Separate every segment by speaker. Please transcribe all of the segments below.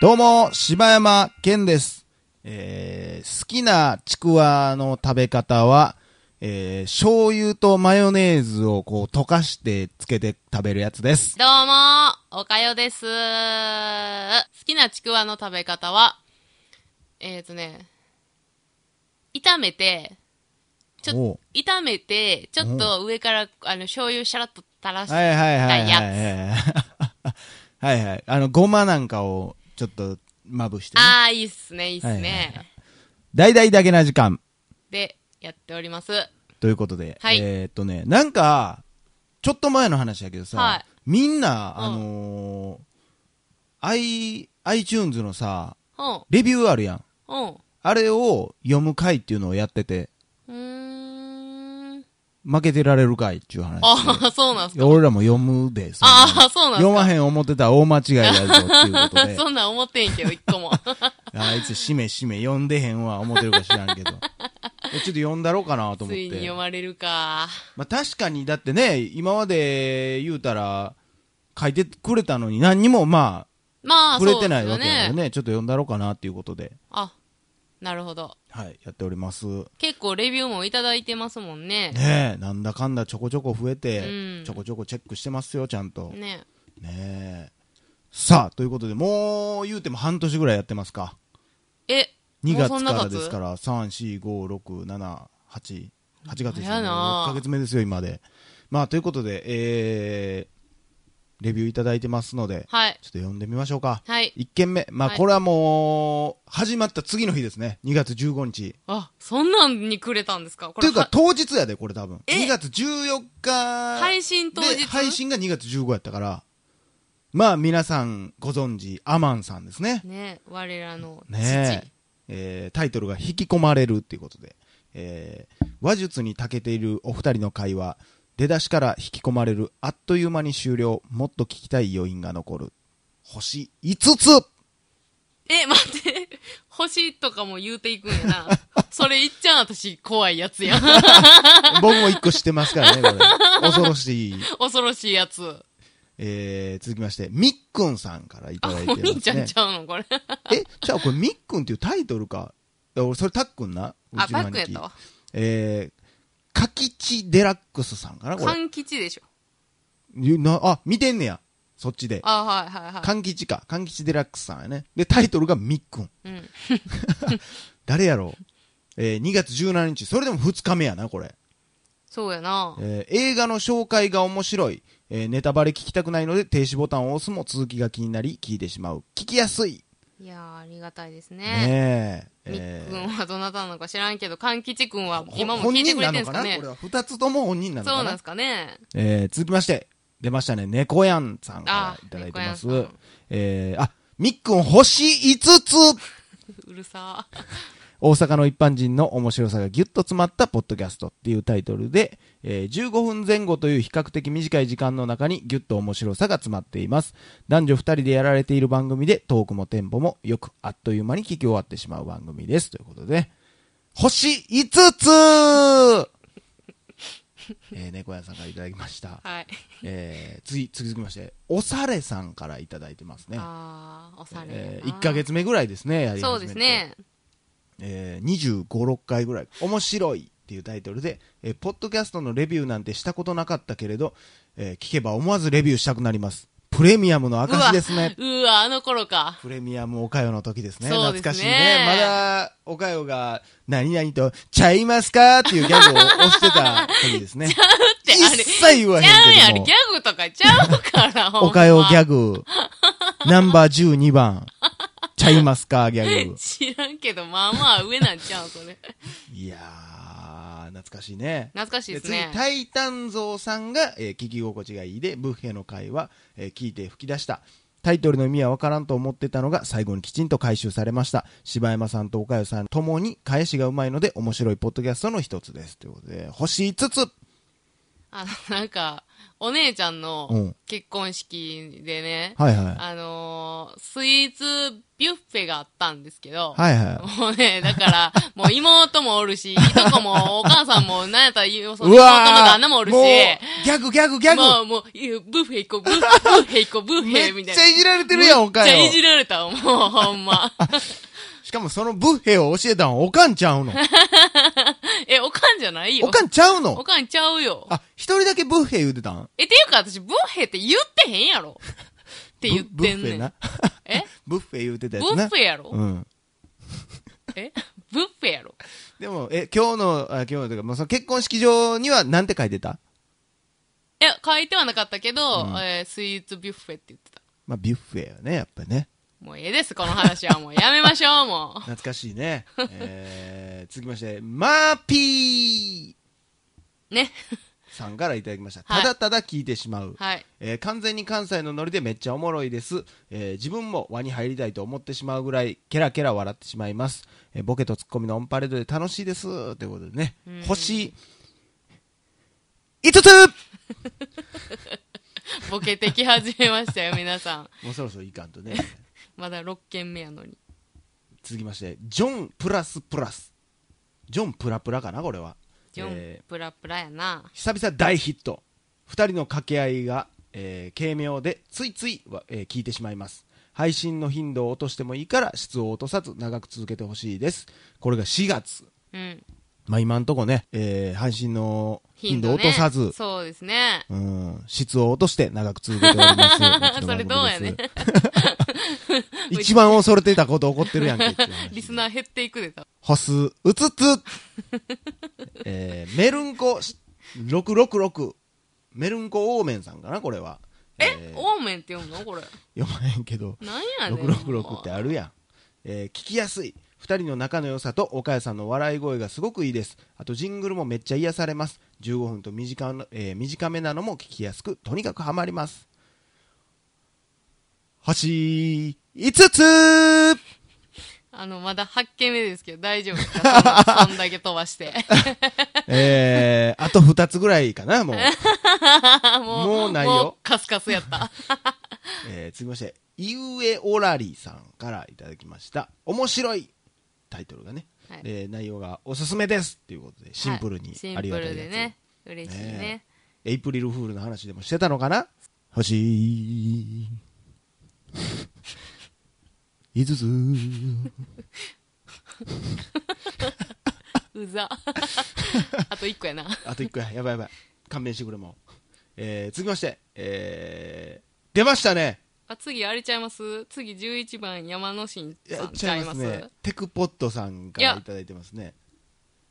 Speaker 1: どうも、柴山健です。えー好きなちくわの食べ方は、えー醤油とマヨネーズをこう溶かしてつけて食べるやつです。
Speaker 2: どうもおかよです。好きなちくわの食べ方は、えっ、ー、とね、炒めて、ち
Speaker 1: おう
Speaker 2: ょ炒めて、ちょっと上から、あの、醤油シャラッと垂らし
Speaker 1: はいはいは
Speaker 2: た
Speaker 1: いはい
Speaker 2: やつ。
Speaker 1: はい。はいはい。あの、ごまなんかをちょっとまぶして、ね。
Speaker 2: ああ、いいっすね、いいっすね。
Speaker 1: はいはい大々だけな時間。
Speaker 2: で、やっております。
Speaker 1: ということで。
Speaker 2: はい
Speaker 1: えーっとね、なんか、ちょっと前の話やけどさ、
Speaker 2: はい
Speaker 1: みんな、
Speaker 2: うん
Speaker 1: あのー、i、iTunes のさ、
Speaker 2: うん、
Speaker 1: レビューあるやん。
Speaker 2: うん。
Speaker 1: あれを読む回っていうのをやってて、
Speaker 2: うーん。
Speaker 1: 負けてられる回っていう話。
Speaker 2: ああ、そうなんす
Speaker 1: い
Speaker 2: か。
Speaker 1: や俺らも読むで、 そんなの
Speaker 2: ああ、そうなんす
Speaker 1: 読ま
Speaker 2: か。
Speaker 1: へん思ってたら大間違いだぞっていうことで
Speaker 2: そ、んなん思ってんけど、一 個も。
Speaker 1: あいつしめしめ読んでへんわ思ってるか知らん けど。えちょっと読んだろうかなと思っ
Speaker 2: ついに
Speaker 1: て
Speaker 2: 読。まれるか。
Speaker 1: まあ確かに、だってね、今まで言うたら、書いてくれたのに何にもま
Speaker 2: ま
Speaker 1: あ、
Speaker 2: あ、
Speaker 1: 触れてない
Speaker 2: そう
Speaker 1: わけ
Speaker 2: です
Speaker 1: や
Speaker 2: よ
Speaker 1: からね、ちょっと読んだろうかなっていうことで、
Speaker 2: あ、なるほど。
Speaker 1: はい、やっております。
Speaker 2: 結構レビューもいただいてますもんね。
Speaker 1: ねえ、なんだかんだちょこちょこ増えて、
Speaker 2: うん
Speaker 1: ちょこちょこチェックしてますよ、ちゃんと。
Speaker 2: ね。
Speaker 1: ねえ。さあ、ということで、もう言うても半年ぐらいやってますか。
Speaker 2: え、
Speaker 1: 2月
Speaker 2: もうそん
Speaker 1: か
Speaker 2: な
Speaker 1: ら
Speaker 2: 経つ
Speaker 1: ですから、3、4、5、6、7、8、8月ですね。
Speaker 2: 早いなあ
Speaker 1: 6ヶ月目ですよ、今で。まあ、ということで、えー、レビューいただいてますので、
Speaker 2: はい。
Speaker 1: ちょっと読んでみましょうか。
Speaker 2: はい。
Speaker 1: 1件目。まあ、
Speaker 2: はい
Speaker 1: これはもう、始まった次の日ですね。2月15日。
Speaker 2: あ、そんなんにくれたんですかこと
Speaker 1: い
Speaker 2: れ
Speaker 1: うか
Speaker 2: は、
Speaker 1: 当日やで、これ多分。
Speaker 2: え
Speaker 1: 2月14日。
Speaker 2: 配信当日
Speaker 1: で、配信が2月15やったから、まあ、皆さんご存知、アマンさんですね。
Speaker 2: ね、我らの父。
Speaker 1: ねええータイトルが引き込まれるっていうことで、えー話術に長けているお二人の会話、出だしから引き込まれる、あっという間に終了、もっと聞きたい余韻が残る。星5つ
Speaker 2: え、待って。 星とかも言うていくんや な。それ言っちゃう私怖いやつやん。
Speaker 1: 僕も1個してますからね、これ。恐ろしい。
Speaker 2: 恐ろしいやつ。
Speaker 1: えー続きまして、みっくんさんからい
Speaker 2: あ、
Speaker 1: ただいて
Speaker 2: お
Speaker 1: ます、ね。
Speaker 2: 兄ちゃんちゃう のこれ。
Speaker 1: え、じゃあこれみっくんっていうタイトルか。いや俺、それたっくんな。
Speaker 2: あ、
Speaker 1: うちの兄
Speaker 2: パック
Speaker 1: 貴
Speaker 2: ンやったわ。
Speaker 1: えー、かきちデラックスさんかなこれ。
Speaker 2: 勘吉でしょ。
Speaker 1: ゆなあ、見てんねや。そっちで。
Speaker 2: あ、はいはいは
Speaker 1: かんきちか。かんきちデラックスさんやね。で、タイトルがみっくん。
Speaker 2: い。うん。
Speaker 1: 誰やろう。えー、2月17日。それでも2日目やな、これ。
Speaker 2: そうやな。
Speaker 1: えー映画の紹介が面白い、えーネタバレ聞きたくないので停止ボタンを押すも続きが気になり聞いてしまう聞きやすい
Speaker 2: いやー、ありがたいですね。
Speaker 1: ねえ
Speaker 2: みっ
Speaker 1: え
Speaker 2: く
Speaker 1: ー
Speaker 2: んはどなたなのか知らんけど、勘吉くんは今も
Speaker 1: 本
Speaker 2: 聞いて
Speaker 1: 人
Speaker 2: くれ
Speaker 1: な
Speaker 2: てん
Speaker 1: の
Speaker 2: す
Speaker 1: かな
Speaker 2: かね
Speaker 1: これ。は2つとも本人なの
Speaker 2: そ
Speaker 1: か
Speaker 2: うなん
Speaker 1: な
Speaker 2: ですかね。
Speaker 1: えー続きまして出ましたね猫やんさんからいただいてます
Speaker 2: あ猫やんさん
Speaker 1: えーあみっくん星5つ
Speaker 2: うるさー。
Speaker 1: 大阪の一般人の面白さがギュッと詰まったポッドキャストっていうタイトルで、えー15分前後という比較的短い時間の中にギュッと面白さが詰まっています。男女二人でやられている番組でトークもテンポもよくあっという間に聞き終わってしまう番組です。ということで、星5つ えー、猫屋さんからいただきました。
Speaker 2: はい。
Speaker 1: えー、次、続きまして、おされさんからいただいてますね。
Speaker 2: ああ、おされやな。
Speaker 1: えー、1ヶ月目ぐらいですね、やり始めて
Speaker 2: そうですね。
Speaker 1: えー、25、6回ぐらい、面白いっていうタイトルで、えーポッドキャストのレビューなんてしたことなかったけれど、えー聞けば思わずレビューしたくなります。プレミアムの
Speaker 2: うわ
Speaker 1: 証ですね。
Speaker 2: うわ、あの頃か。
Speaker 1: プレミアムおかよの時ですね。
Speaker 2: そう
Speaker 1: 懐
Speaker 2: ですね
Speaker 1: かしいね。まだ、おかよが、何々と、ちゃいますかっていうギャグを押してた時です ね。
Speaker 2: って、あれ、
Speaker 1: 一切言わへ
Speaker 2: ちゃうんや
Speaker 1: けど
Speaker 2: んあれ、
Speaker 1: も
Speaker 2: ギ。ャグとかちゃ うから、ほんま
Speaker 1: おかよギャグ、ナンバー12番、ちゃいますかギャ グ。
Speaker 2: 知らんけど、まあまあ上なんちゃうん、そ れ。
Speaker 1: いやー、懐かしいね。
Speaker 2: 懐かしいです
Speaker 1: 次、
Speaker 2: ね。
Speaker 1: タイタンゾウさんが、えー聞き心地がいいで、ブッフェの会は、えー聞いて吹き出した。タイトルの意味はわからんと思ってたのが最後にきちんと回収されました。柴山さんと岡代さんともに返しがうまいので面白いポッドキャストの一つです。ということで、星5つ
Speaker 2: あの、なんか、お姉ちゃん
Speaker 1: う
Speaker 2: の
Speaker 1: ん
Speaker 2: 結婚式でね、
Speaker 1: はいはい。
Speaker 2: あのースイーツビュッフェがあったんですけど、
Speaker 1: はいは
Speaker 2: もうね、だから、もう妹もおるし、いとこもお母さんも、なんやったら、よそ
Speaker 1: い。
Speaker 2: の
Speaker 1: う
Speaker 2: 妹の
Speaker 1: わー
Speaker 2: 旦那もおるし、
Speaker 1: もうギャグギャグギャグ
Speaker 2: もう、もう、いやブッフェ行こう、ブッブッフェ行こう、ブッ フ
Speaker 1: め
Speaker 2: ェ、
Speaker 1: っ
Speaker 2: み
Speaker 1: ち
Speaker 2: たいな。
Speaker 1: ゃいじられてるやん、おかん
Speaker 2: めっちゃ
Speaker 1: よ
Speaker 2: い。じられたわ、もう、ほ んま。
Speaker 1: しかもそのブッフェを教えたんはおかんちゃうの。
Speaker 2: え、おかんじゃないよ。
Speaker 1: おかんちゃう
Speaker 2: お
Speaker 1: の
Speaker 2: かんちゃうよ。
Speaker 1: あ、一人だけブッフェ言うてたん
Speaker 2: え、っていうか私、ブッフェって言ってへんやろ。って言ってん
Speaker 1: ブブッフ
Speaker 2: ね
Speaker 1: ェ
Speaker 2: ん
Speaker 1: な。。
Speaker 2: え
Speaker 1: ブッフェ言うてた
Speaker 2: ブ
Speaker 1: やつな。
Speaker 2: ッフェやろ
Speaker 1: うん。
Speaker 2: えブッフェやろ
Speaker 1: でも、え、今日の、あ今日のというか、もうその結婚式場にはなんて書いてた
Speaker 2: え、書いてはなかったけど、
Speaker 1: うん
Speaker 2: えースイーツビュッフェって言ってた。
Speaker 1: まあ、ビュッフェよね、やっぱりね。
Speaker 2: もうええです、この話は。もうやめましょう、もう。
Speaker 1: 懐かしい ね。えー、続きまして、マーピ
Speaker 2: ね。
Speaker 1: ーさんからいただきました。た
Speaker 2: はい
Speaker 1: だただ聞いてしまう。
Speaker 2: はい。
Speaker 1: えー完全に関西のノリでめっちゃおもろいです、えー自分も輪に入りたいと思ってしまうぐらいケラケラ笑ってしまいます、えーボケとツッコミのオンパレードで楽しいですということでね
Speaker 2: うん
Speaker 1: 星5つ
Speaker 2: ボケてき始めましたよ、皆さん。
Speaker 1: もうそろそろいかんとね
Speaker 2: まだ6件目やのに。
Speaker 1: 続きましてジョンプラスプラスジョンプラプラかなこれは
Speaker 2: ジョン、
Speaker 1: えー
Speaker 2: プラプラやな。
Speaker 1: 久々大ヒット2人の掛け合いが、えー軽妙でついついは、えー聞いてしまいます配信の頻度を落としてもいいから質を落とさず長く続けてほしいですこれが4月
Speaker 2: うん。
Speaker 1: まあ今んとこね、えー配信の頻度を落とさず、
Speaker 2: ね、そうですね。
Speaker 1: うん、質を落として長く続けており ます。
Speaker 2: それどうや
Speaker 1: う
Speaker 2: ね
Speaker 1: ちの番組です。一番恐れていたこと起こってるやんけっていう話。
Speaker 2: リスナー減っていくでた。
Speaker 1: ホス、うつ つ、えーメルンコ666、メルンコオーメンさんかな、これは。
Speaker 2: え、
Speaker 1: ー
Speaker 2: オーメンって読むのこれ。
Speaker 1: 読まへんけど、
Speaker 2: なんやねん。
Speaker 1: 666ってあるやん。えー聞きやすい。二人の仲の良さと岡谷さんの笑い声がすごくいいです。あとジングルもめっちゃ癒されます。15分と短な、えー短めなのも聞きやすく、とにかくハマります。星5つ
Speaker 2: あの、まだ8件目ですけど、大丈夫で すかそんだけ飛ばして。
Speaker 1: えー、あと2つぐらいかな、もう。
Speaker 2: も
Speaker 1: もうないよ
Speaker 2: もうカスカスやった。
Speaker 1: えー、続きまして、井上オラリさんからいただきました。面白いタイトルがね。
Speaker 2: はい
Speaker 1: えー内容がおすすめですっていうことで、 シンプルに
Speaker 2: はいシン
Speaker 1: あ
Speaker 2: プ
Speaker 1: りがたいやつ。
Speaker 2: ルでね。嬉しいね
Speaker 1: ね。エイプリルフールの話でもしてたのかな星5つ
Speaker 2: うざ。 あと1個やな。
Speaker 1: あと1個ややばいやばい勘弁してくれもう、えー、続きまして、えー、出ましたね
Speaker 2: あ、次あれちゃいます次11番山野新
Speaker 1: や
Speaker 2: さ
Speaker 1: っ
Speaker 2: ん
Speaker 1: ちゃいますねテクポットさんからいただいてますね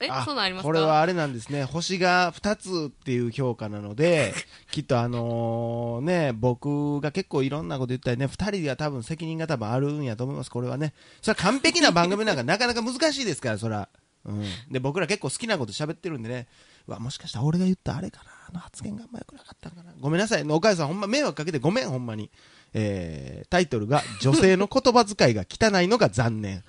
Speaker 2: え、
Speaker 1: あ
Speaker 2: そうなんありますか
Speaker 1: これはあれなんですね星が2つっていう評価なので きっとあのーね僕が結構いろんなこと言ったりね2人が多分責任が多分あるんやと思いますこれはねそれは完璧な番組なんかなかなか難しいですからそら、うん、で僕ら結構好きなこと喋ってるんでねうわもしかしたら俺が言ったあれかなあの発言があんま良くなかったんかなごめんなさいお母さんほんま迷惑かけてごめんほんまにえー、タイトルが「女性の言葉遣いが汚いのが残念」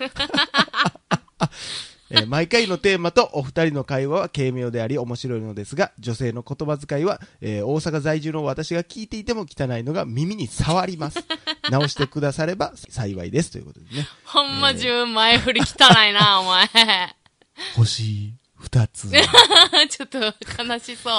Speaker 1: えー毎回のテーマとお二人の会話は軽妙であり面白いのですが女性の言葉遣いは、えー大阪在住の私が聞いていても汚いのが耳に触り ます直してくだされば幸いですということでね
Speaker 2: ほんま10前振り汚いな、お前。
Speaker 1: 星二つ
Speaker 2: ちょっと悲しそ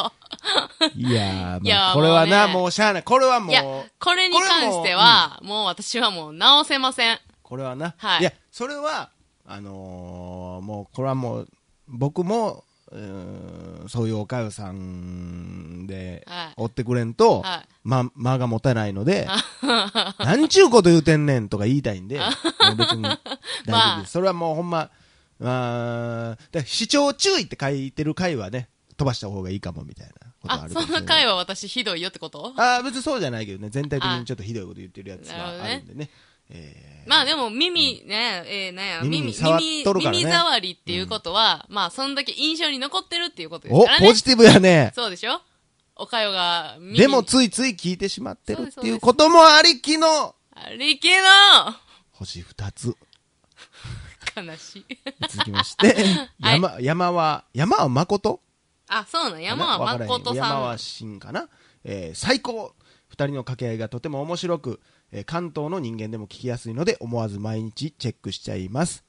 Speaker 1: いやー、まあ、
Speaker 2: いやー
Speaker 1: これはな
Speaker 2: もうね
Speaker 1: もうしゃあないこれは
Speaker 2: う。
Speaker 1: も
Speaker 2: いうや、これに関しては、もう私はもう直せません。
Speaker 1: これはな、
Speaker 2: はい
Speaker 1: いやそれはあのーもうこれはもう僕もうーんそういうおかよさんで
Speaker 2: はい
Speaker 1: 追ってくれんと、
Speaker 2: はい
Speaker 1: ま、間が持たないので、 なんちゅうこと言うてんねんとか言いたいんで、もう別に大丈夫です。
Speaker 2: まあ
Speaker 1: それはもうほんま、あーだから視聴注意って書いてる回はね、飛ばした方がいいかもみたいなことはあ
Speaker 2: あ、
Speaker 1: るかも
Speaker 2: そ
Speaker 1: しれない
Speaker 2: の回は私ひどいよってこと
Speaker 1: あー別にそうじゃないけどね、全体的にちょっとひどいこと言ってるやつ
Speaker 2: あなるほ
Speaker 1: は
Speaker 2: ど
Speaker 1: あ
Speaker 2: ね
Speaker 1: るんでね。えー
Speaker 2: まあでも耳ね、えー、なんや、
Speaker 1: 耳に
Speaker 2: 耳、
Speaker 1: 触っ
Speaker 2: 耳、
Speaker 1: とるからね
Speaker 2: 耳障りっていうことは、まあそんだけ印象に残ってるっていうことです
Speaker 1: お
Speaker 2: から、ね。
Speaker 1: ポジティブやね。
Speaker 2: そうでしょおかよが耳に、
Speaker 1: でもついつい聞いてしまってるっていうこともありきの
Speaker 2: あれけの
Speaker 1: 星二つ。
Speaker 2: 悲しい。
Speaker 1: 続きまして、
Speaker 2: はい
Speaker 1: 山、山は、山は誠
Speaker 2: あ、そうなん。山は
Speaker 1: わからへん
Speaker 2: 誠さん。
Speaker 1: 山は真かな、えー最高二人の掛け合いがとても面白く、えー関東の人間でも聞きやすいので思わず毎日チェックしちゃいます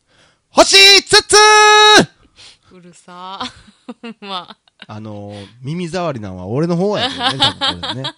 Speaker 1: 星つつ
Speaker 2: うるさ ー。まあ、
Speaker 1: あのー耳障りなんは俺の方やけどね多分こ れね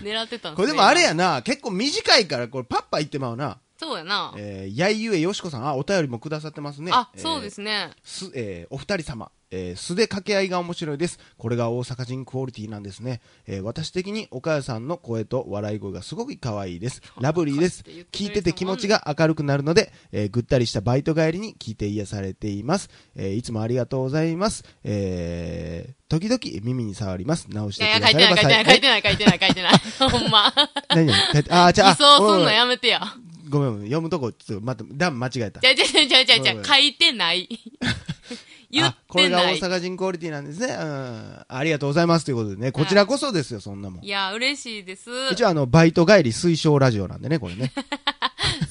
Speaker 2: 狙ってたんすね
Speaker 1: これでもあれやな結構短いからこれパッパ言ってまうな、
Speaker 2: そうやな。
Speaker 1: えー、やいゆえよしこさんあお便りもくださってますね
Speaker 2: あ、
Speaker 1: えー
Speaker 2: そうですね。
Speaker 1: す、えーお二人様、えー素で掛け合いが面白いです。これが大阪人クオリティなんですね。えー私的に岡谷さんの声と笑い声がすごく可愛いです。ラブリーです。聞いてて気持ちが明るくなるので、えーぐったりしたバイト帰りに聞いて癒されています。えーいつもありがとうございます。えー時々耳に触ります。直し
Speaker 2: い
Speaker 1: て
Speaker 2: やい
Speaker 1: く
Speaker 2: や、
Speaker 1: だ
Speaker 2: 書い
Speaker 1: され
Speaker 2: て
Speaker 1: ば
Speaker 2: ない、書いてない、書い
Speaker 1: 幸い。
Speaker 2: てない、書いてない、書いてな い。ほんま。
Speaker 1: 何何書いてあー、じゃあ、
Speaker 2: 偽装すんの
Speaker 1: あ
Speaker 2: やめてや。
Speaker 1: うんごめんごめん、読むとこ、ちょっと待って、段間違えた
Speaker 2: じ。ゃじゃじゃじゃじゃじ
Speaker 1: ごめんごめ
Speaker 2: ゃ、
Speaker 1: ん
Speaker 2: 書いてない。 言っ
Speaker 1: あこれ
Speaker 2: て
Speaker 1: が
Speaker 2: な
Speaker 1: 大
Speaker 2: い。
Speaker 1: 阪人クオリティなんですね。うん。ありがとうございますということでね、こちらこそですよ、そんなもん
Speaker 2: い。や、嬉しいです。
Speaker 1: 一応、あの、バイト帰り推奨ラジオなんでね、これ ね。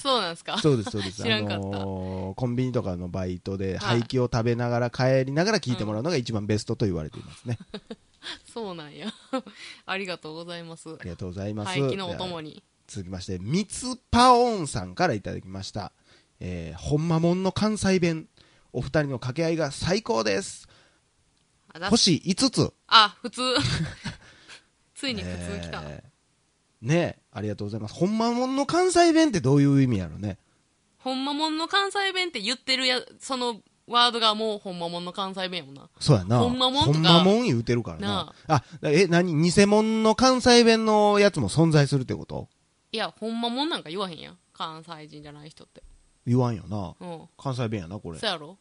Speaker 2: そうなんですか
Speaker 1: そうです、そうです。
Speaker 2: 知らんかった
Speaker 1: のーコンビニとかのバイトで、
Speaker 2: はい
Speaker 1: 廃棄を食べながら、帰りながら聞いてもらうのが一番ベストと言われていますね。
Speaker 2: そうなんや。 ありがとうございます。
Speaker 1: ありがとうございます。
Speaker 2: はい、昨日おともに。
Speaker 1: 続きまして、みつぱおんさんからいただきました。えー、ほんまもんの関西弁。お二人の掛け合いが最高です。
Speaker 2: あ、だ
Speaker 1: 星5つ。
Speaker 2: あ、 普通。ついに普通来た。
Speaker 1: えーねえありがとうございます。ほんまもんの関西弁ってどういう意味やろね。
Speaker 2: ほんまもんの関西弁って言ってるや、そのワードがもうほんまもんの関西弁やもんな。
Speaker 1: そうやな。
Speaker 2: ほんまもんとか
Speaker 1: ほんまもん言うてるからな。あ、え、何偽物の関西弁のやつも存在するってこと
Speaker 2: いや、ほんまもんなんか言わへんやん。関西人じゃない人って。
Speaker 1: 言わんよな。
Speaker 2: うん。
Speaker 1: 関西弁やな、これ
Speaker 2: そ。やろ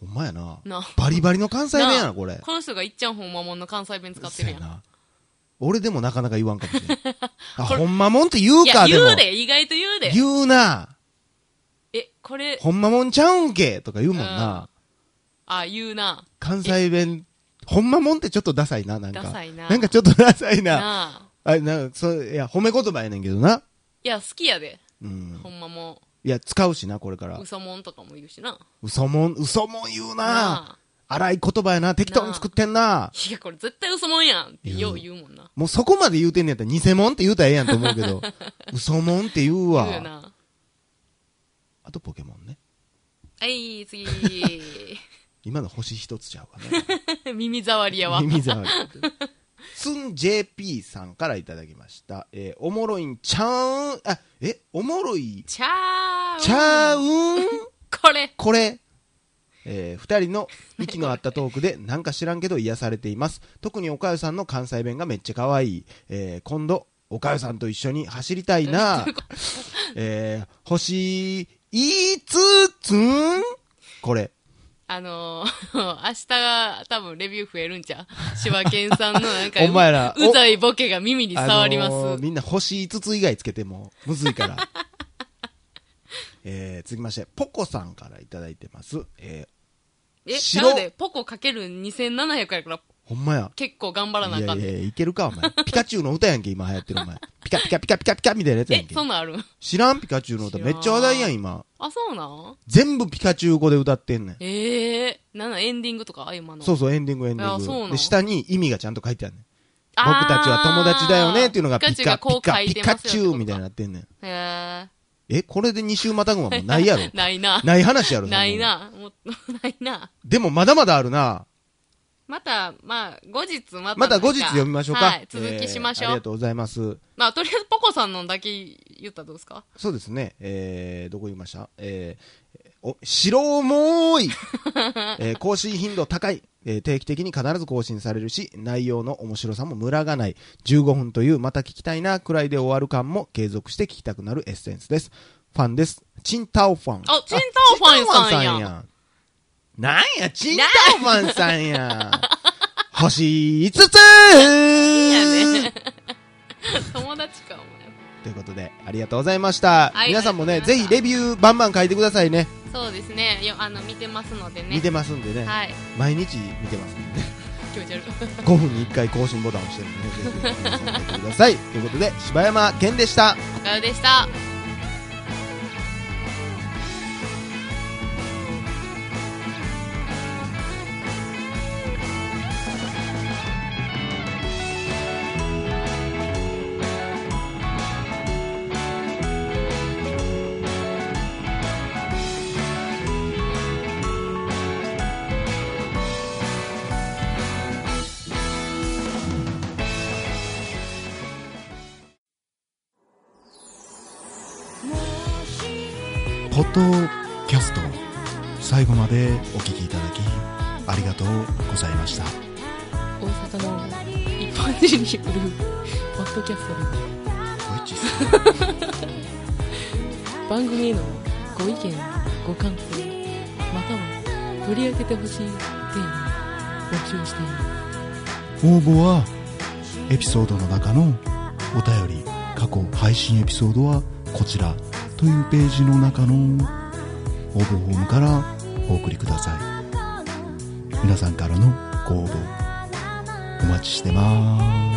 Speaker 1: ほんまやな。
Speaker 2: な。
Speaker 1: バリバリの関西弁や
Speaker 2: な
Speaker 1: な、これ。
Speaker 2: この人がいっちゃんほんまもんの関西弁使って
Speaker 1: そう
Speaker 2: るや
Speaker 1: や
Speaker 2: ん。
Speaker 1: な。俺でもなかなか言わんかもしれん。 あ、
Speaker 2: これ
Speaker 1: ほんまもんって言う
Speaker 2: いや、
Speaker 1: か、でも。
Speaker 2: 言うで、意外と言うで。
Speaker 1: 言うな。
Speaker 2: え、これ、
Speaker 1: ほんまもんちゃうんけとか言うもんな。
Speaker 2: あ、言うな。
Speaker 1: 関西弁、ほんまもんってちょっとダサいな、なんか。
Speaker 2: ダサいな
Speaker 1: なんかちょっとダサいな。
Speaker 2: なあ。
Speaker 1: あ、なんか、そう、いや、褒め言葉やねんけどな。
Speaker 2: いや、好きやで。
Speaker 1: うん。
Speaker 2: ほんまも
Speaker 1: いや、使うしな、これから
Speaker 2: ん。。嘘もんとかも言うしな。
Speaker 1: 嘘もん、嘘もん言うな。
Speaker 2: なあ。
Speaker 1: 荒い言葉やな。適当に作ってんな。
Speaker 2: いや、これ絶対嘘もんやんって
Speaker 1: 言う
Speaker 2: よう言うもんな。
Speaker 1: もうそこまで言うてんねやったら、偽物って言うたらええやんと思うけ ど。嘘もんって言う
Speaker 2: 言うよ
Speaker 1: わ。
Speaker 2: な。
Speaker 1: あとポケモンね。
Speaker 2: はい、次。
Speaker 1: 今の星一つちゃうかね。
Speaker 2: 耳障りやわ。
Speaker 1: 耳障り。すん JP さんからいただきました。えーおもろいんちゃーん。あ、え、おもろい
Speaker 2: ちゃー
Speaker 1: ちゃ
Speaker 2: う。
Speaker 1: うん
Speaker 2: これ。
Speaker 1: これ、えー二人の息の合ったトークで、なんか知らんけど癒されています。特におかゆさんの関西弁がめっちゃ可愛い。えー今度、おかゆさんと一緒に走りたいな。えー星、いつつんこれ。
Speaker 2: あのー、 明日が多分レビュー増えるんちゃ う柴犬さんのなんか、
Speaker 1: お前ら
Speaker 2: ううざいボケが耳に触ります。
Speaker 1: あのーみんな星5つ以外つけてもむずいから。 えー続きまして、ポコさんからいただいてます。え
Speaker 2: え、ち
Speaker 1: 白
Speaker 2: ゃうで、ポコかける2700やから
Speaker 1: ーほんまや。
Speaker 2: 結構頑張らなあ
Speaker 1: い
Speaker 2: か
Speaker 1: や
Speaker 2: ん
Speaker 1: い
Speaker 2: で。
Speaker 1: や、いけるか、お前。 ピカチュウの歌やんけ、今流行ってる、お前。ピカピカピカピカピカみたいなやつやん
Speaker 2: え、
Speaker 1: け。
Speaker 2: そんなんある
Speaker 1: 知らんピカチュウの歌
Speaker 2: 知
Speaker 1: め
Speaker 2: らん
Speaker 1: っちゃ話題やん、今。
Speaker 2: あ、そうなん
Speaker 1: 全部ピカチュウ語で歌ってんねん。
Speaker 2: ええー、なんなんエンディングとかあ、今の。
Speaker 1: そうそう、エンディングエンディ
Speaker 2: あそう
Speaker 1: ン
Speaker 2: な
Speaker 1: グ。
Speaker 2: ん
Speaker 1: で、下に意味がちゃんと書いてあるねん。僕
Speaker 2: あー
Speaker 1: たちは友達だよねっていうのがピ
Speaker 2: ピカチュウ
Speaker 1: カ
Speaker 2: がこ
Speaker 1: ピ
Speaker 2: う書
Speaker 1: カ
Speaker 2: い
Speaker 1: ピ
Speaker 2: て
Speaker 1: カ
Speaker 2: ますよ
Speaker 1: チュウみたいになってんねん。
Speaker 2: へえ。
Speaker 1: え、これで二週またぐんはもうないやろ
Speaker 2: ないな。
Speaker 1: ない話やろ、そんもん
Speaker 2: ない。な。もっと、 ないな。
Speaker 1: でもまだまだあるな。
Speaker 2: また、まあ、後日また。
Speaker 1: また後日読みましょうか。
Speaker 2: はい、続きしましょ
Speaker 1: えー
Speaker 2: う。
Speaker 1: ありがとうございます。
Speaker 2: まあ、とりあえず、ポコさんのだけ言ったらどうですか
Speaker 1: そうですね。えー、どこ言いましたえー、お、白もー いえー更新頻度高い。えー定期的に必ず更新されるし、内容の面白さもムラがない。15分というまた聞きたいなくらいで終わる感も継続して聞きたくなるエッセンスです。ファンです。チンタオファン。
Speaker 2: あチンタオファンさんや
Speaker 1: チタオん。なんや、チンタオファンさん や。星5つ
Speaker 2: やね。 友達か、お
Speaker 1: ということで、ありがとうございました。
Speaker 2: はい
Speaker 1: 皆さんもね、
Speaker 2: ありがと
Speaker 1: ぜ
Speaker 2: うござい
Speaker 1: ひ
Speaker 2: ました
Speaker 1: レビューバンバン書いてくださいね。
Speaker 2: 前。そうですね。よあの、見てますのでね。
Speaker 1: 見てますんでね。
Speaker 2: はい。
Speaker 1: 毎日見てますんでね。
Speaker 2: 気持ち悪い。
Speaker 1: 5分に1回更新ボタンを押してるんでね、ぜひ皆さん見てくださ い。ということで、柴山健でした。
Speaker 2: おかよでした。
Speaker 3: ポッドキャスト最後までお聞きいただきありがとうございました
Speaker 4: 大阪の一般人によるポッドキャストで
Speaker 3: ご一致す
Speaker 4: 番組へのご意見ご感想または取り上げてほしいテーマを募集しています
Speaker 3: 応募はエピソードの中のお便り過去配信エピソードはこちらというページの中の応募フォームからお送りください皆さんからのご応募お待ちしてます